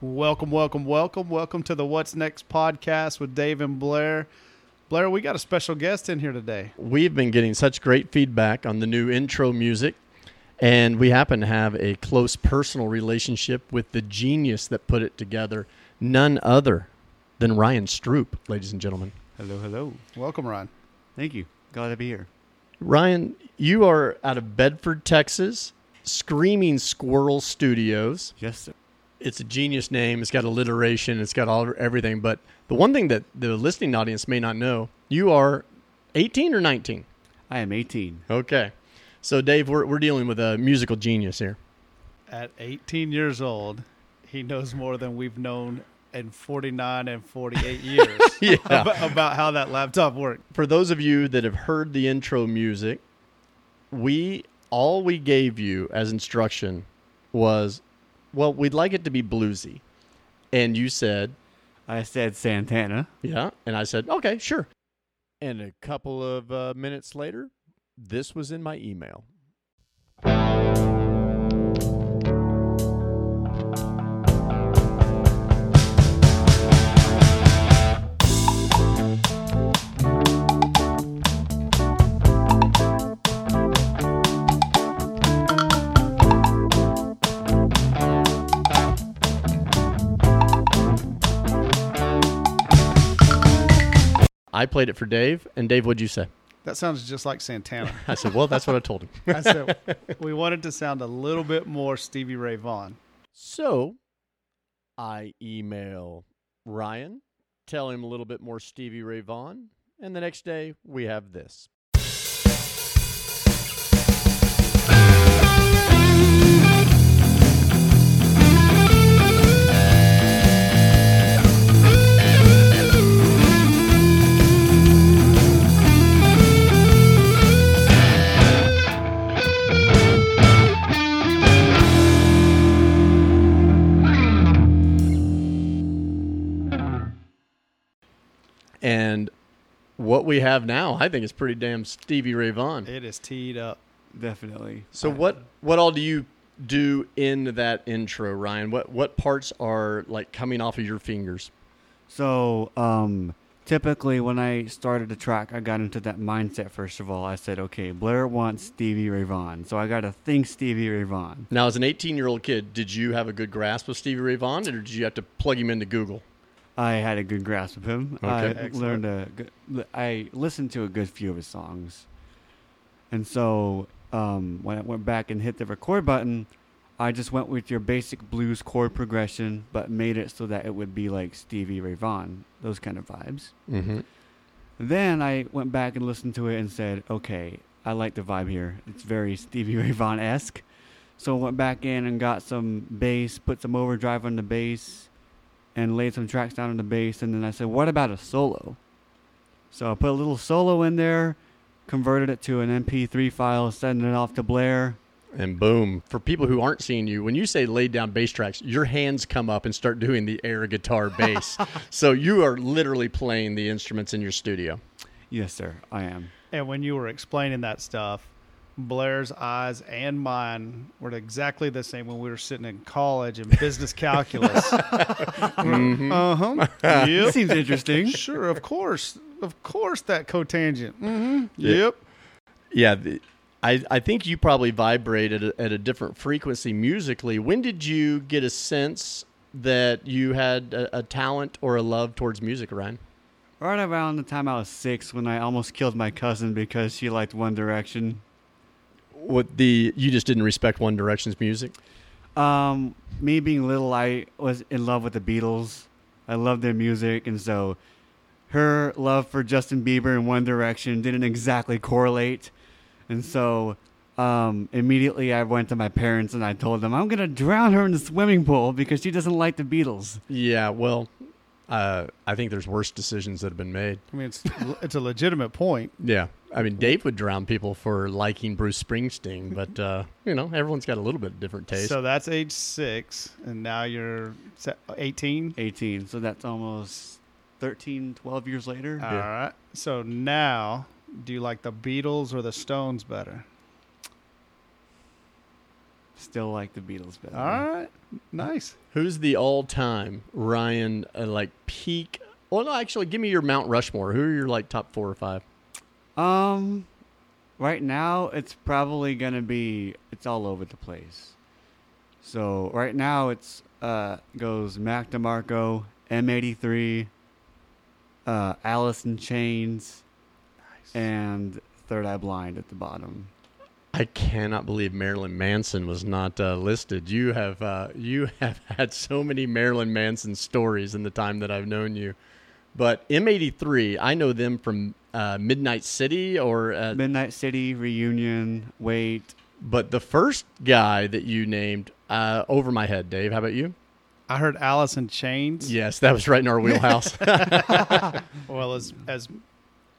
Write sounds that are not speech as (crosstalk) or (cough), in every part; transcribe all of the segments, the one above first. Welcome, welcome, welcome, welcome to the What's Next podcast with Dave and Blair. Blair, we got a special guest in here today. We've been getting such great feedback on the new intro music, and we happen to have a close personal relationship with the genius that put it together, none other than Ryan Stroop, ladies and gentlemen. Hello, hello. Welcome, Ron. Thank you. Glad to be here. Ryan, you are out of Bedford, Texas, Screaming Squirrel Studios. Yes, sir. it's a genius name. It's got alliteration. It's got all everything. But the one thing that the listening audience may not know, you are 18 or 19. I am 18. Okay. So Dave, we're we're dealing with a musical genius here. At 18 years old, he knows more than we've known in 49 and 48 (laughs) years Yeah. ab- about how that laptop worked. For those of you that have heard the intro music, we all we gave you as instruction was, well, we'd like it to be bluesy, and you said, I said Santana. yeah, and I said, okay, sure. And a couple of uh, minutes later, this was in my email. I played it for Dave, and Dave, what'd you say? That sounds just like (laughs) Santana. I said, well, that's what I told him. I said, we wanted to sound a little bit more Stevie Ray Vaughan. (laughs) So I email Ryan, tell him a little bit more Stevie Ray Vaughan, and the next day we have this. And what we have now, I think is pretty damn Stevie Ray Vaughan. It is teed up. Definitely. So what what all do you do in that intro, Ryan? What what parts are like coming off of your fingers? So, um, typically when I started the track, I got into that mindset first of all. I said, okay, Blair wants Stevie Ray Vaughan. So I got to think Stevie Ray Vaughan. Now, as an 18 year old kid, did you have a good grasp of Stevie Ray Vaughan, or did you have to plug him into Google? I had a good grasp of him. Okay. I Excellent. learned a good, li- I listened to a good few of his songs. And so um, when I went back and hit the record button, I just went with your basic blues chord progression, but made it so that it would be like Stevie Ray Vaughan, those kind of vibes. Mm-hmm. Then I went back and listened to it and said, okay, I like the vibe here. It's very Stevie Ray Vaughan esque. So I went back in and got some bass, put some overdrive on the bass, and laid some tracks down on the bass. And then I said, what about a solo? So I put a little solo in there, converted it to an MP3 file, sending it off to Blair. And boom. For people who aren't seeing you, when you say laid down bass tracks, your hands come up and start doing the air guitar (laughs) bass. so you are literally playing the instruments in your studio. Yes, sir, I am. And when you were explaining that stuff, Blair's eyes and mine were exactly the same when we were sitting in college in business calculus. Uh (laughs) huh. This Yep. Mm-hmm. (laughs) seems interesting. Sure. Of course. Of course. That cotangent. Mm-hmm. Yep. Yeah. The, I, I think you probably vibrated at a, at a different frequency musically. When did you get a sense that you had a, a talent or a love towards music, Ryan? right around the time I was six when I almost killed my cousin because she liked One Direction. What the you just didn't respect One Direction's music? Um, me being little, I was in love with the Beatles. I loved their music, and so her love for Justin Bieber and One Direction didn't exactly correlate. And so um, immediately I went to my parents and I told them, I'm going to drown her in the swimming pool because she doesn't like the Beatles. Yeah, well, uh, I think there's worse decisions that have been made. I mean, it's (laughs) it's a legitimate point. Yeah. I mean, Dave would drown people for liking Bruce Springsteen, but, uh, you know, everyone's got a little bit different taste. So that's age six, and now you're se- 18. 18. So that's almost 13, 12 years later. All right. So now, do you like the Beatles or the Stones better? Still like the Beatles better. All right. Nice. Who's the all-time Ryan uh, like peak? Well, no, actually, give me your Mount Rushmore. Who are your like top four or five? Um, right now it's probably gonna be it's all over the place. So right now it's uh goes Mac DeMarco, M83, uh, Alice in Chains, and Third Eye Blind at the bottom. I cannot believe Marilyn Manson was not uh, listed. You have uh, you (laughs) have had so many Marilyn Manson stories in the time that I've known you. But M83, I know them from uh, Midnight City or uh, Midnight City reunion. Wait, But the first guy that you named, uh, over my head, Dave. How about you? I heard Alice in Chains. Yes, that was right in our (laughs) wheelhouse. Well, as as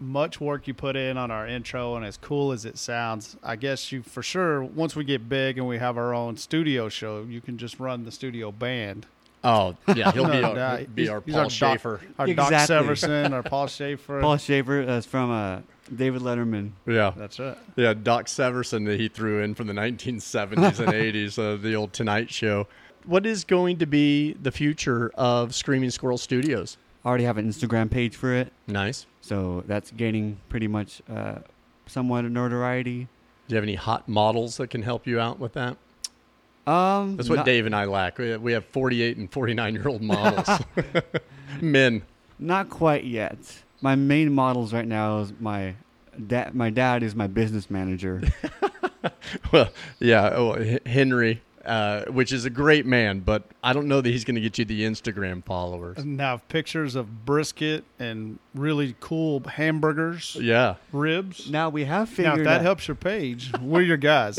much work you put in on our intro and as cool as it sounds, I guess you for sure once we get big and we have our own studio show, you can just run the studio band. oh, yeah, he'll (laughs) be No our, doubt. he'll be He's- our he's Paul doc- Schaefer. our Doc Exactly. Severson, our (laughs) Paul Schaefer. Paul Shaver that's from uh David Letterman. Yeah, That's it. yeah, Doc Severson that he threw in from the 1970s (laughs) and 80s, uh, the old Tonight Show. What is going to be the future of Screaming Squirrel Studios? I already have an Instagram page for it, Nice. so that's gaining pretty much uh, somewhat of notoriety. Do you have any hot models that can help you out with that? Um, That's what not- Dave and I lack. We have, we have 48 and 49 year old (laughs) models, men. Not quite yet. My main models right now is my dad. My dad is my business (laughs) manager. Well, yeah, oh, H- Henry, uh, which is a great man, but I don't know that he's going to get you the Instagram (laughs) followers. And have pictures of brisket and really cool hamburgers, Yeah, (laughs) ribs. now we have Now, figured if that out- helps your page, we're your (laughs) guys.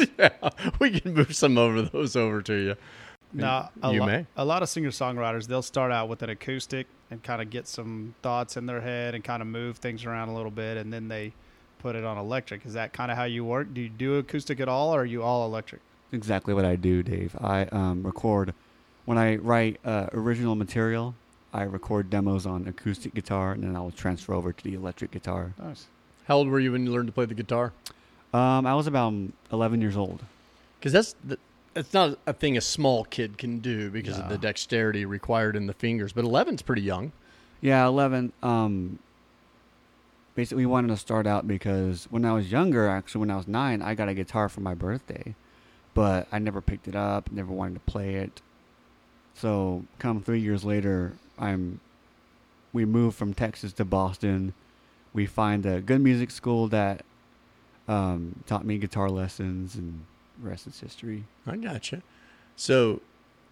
we can move some over those over to you. Now, a, You lo- may. a lot of singer songwriters, they'll start out with an acoustic and kind of get some thoughts in their head and kind of move things around a little bit, and then they put it on electric. Is that kind of how you work? Do you do acoustic at all, or are you all electric? exactly what I do, Dave. I um, record when I write uh, original material. I record demos on acoustic guitar, and then I will transfer over to the electric guitar. Nice. How old were you when you learned to play the guitar? Um, I was about 11 years old. Because that's the, that's not a thing a small kid can do because of No. the dexterity required in the fingers. But 11's pretty young. Yeah, 11. Um, basically, wanted to start out because when I was younger, actually, when I was nine, I got a guitar for my birthday, but I never picked it up, never wanted to play it. So, come three years later, I'm. We moved from Texas to Boston. We find a good music school that um, taught me guitar lessons, and the rest is history. I gotcha. So,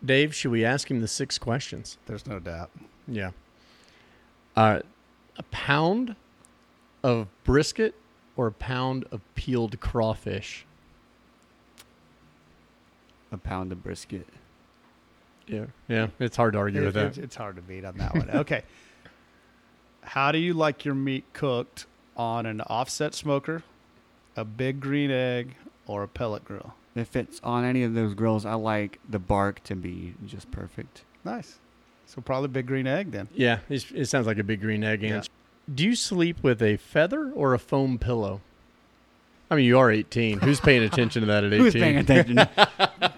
Dave, should we ask him the six questions? There's no doubt. Yeah. Uh, a pound of brisket or a pound of peeled crawfish? A pound of brisket. Yeah. Yeah. It's hard to argue It- with that. it's- it's hard to beat on (laughs) that one. Okay. How do you like your meat cooked on an offset smoker, a big green egg, or a pellet grill? If it's on any of those grills, I like the bark to be just perfect. Nice. So probably big green egg then. yeah. It's, it sounds like a big green egg Yeah. answer. Do you sleep with a feather or a foam pillow? I mean, you are 18. Who's paying attention to (laughs) that at 18? Who's paying attention?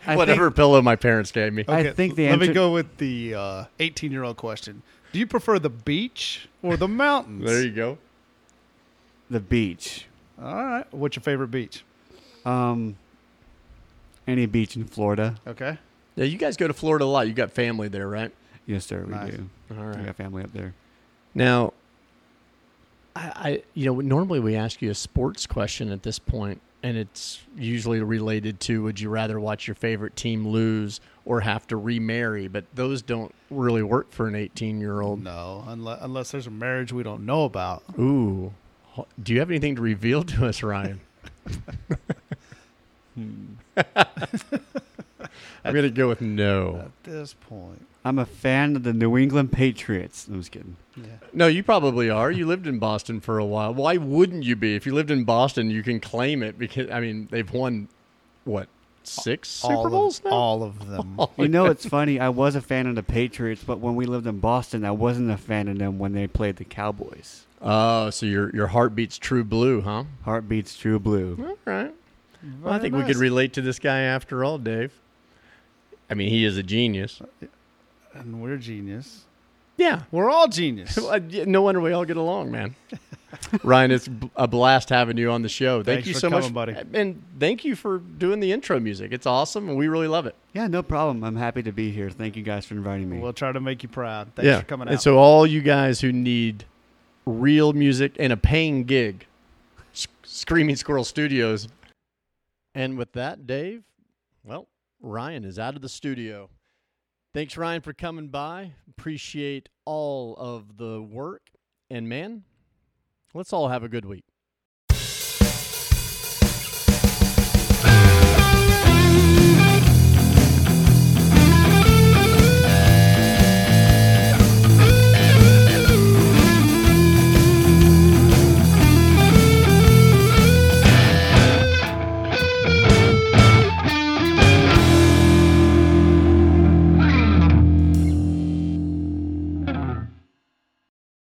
I Whatever Think, pillow my parents gave me. I think the let answer. me go with the uh, eighteen-year-old question. Do you prefer the beach or the mountains? (laughs) There you go. The beach. All right. What's your favorite beach? Um, any beach in Florida? Okay. Yeah, you guys go to Florida a lot. You got family there, right? Yes, sir. We Nice. do. All We got family up there. Now, I, I you know normally we ask you a sports question at this point, and it's usually related to would you rather watch your favorite team lose or have to remarry? But those don't really work for an eighteen-year-old. No, unless, unless there's a marriage we don't know about. Ooh, do you have anything to reveal to us, (laughs) Ryan? I'm gonna go with no. At this point, I'm a fan of the New England Patriots. I'm just kidding. yeah. No, you probably are. You lived in Boston for a while. Why wouldn't you be? If you lived in Boston, you can claim it because I mean they've won what six all Super Bowls of, now. all of them. You know, it's funny. I was a fan of the Patriots, but when we lived in Boston, I wasn't a fan of them when they played the Cowboys. Oh, so your your heart beats true blue, huh? Heartbeats True Blue. All right. Well, (laughs) I think we could relate to this guy after all, Dave. I mean, he is a genius. and we're genius. Yeah. We're all (laughs) genius. Well, uh, yeah, No wonder we all get along, man. (laughs) Ryan, it's b- a blast having you on the show. Thank Thanks you for so much, coming, buddy. And thank you for doing the intro music. It's awesome, and we really love it. Yeah, no problem. I'm happy to be here. Thank you guys for inviting me. We'll try to make you proud. Thanks for coming out. And so, all you guys who need real music and a paying gig, S- Screaming Squirrel Studios. And with that, Dave, well, Ryan is out of the studio. Thanks, Ryan, for coming by. Appreciate all of the work. And, man, let's all have a good week.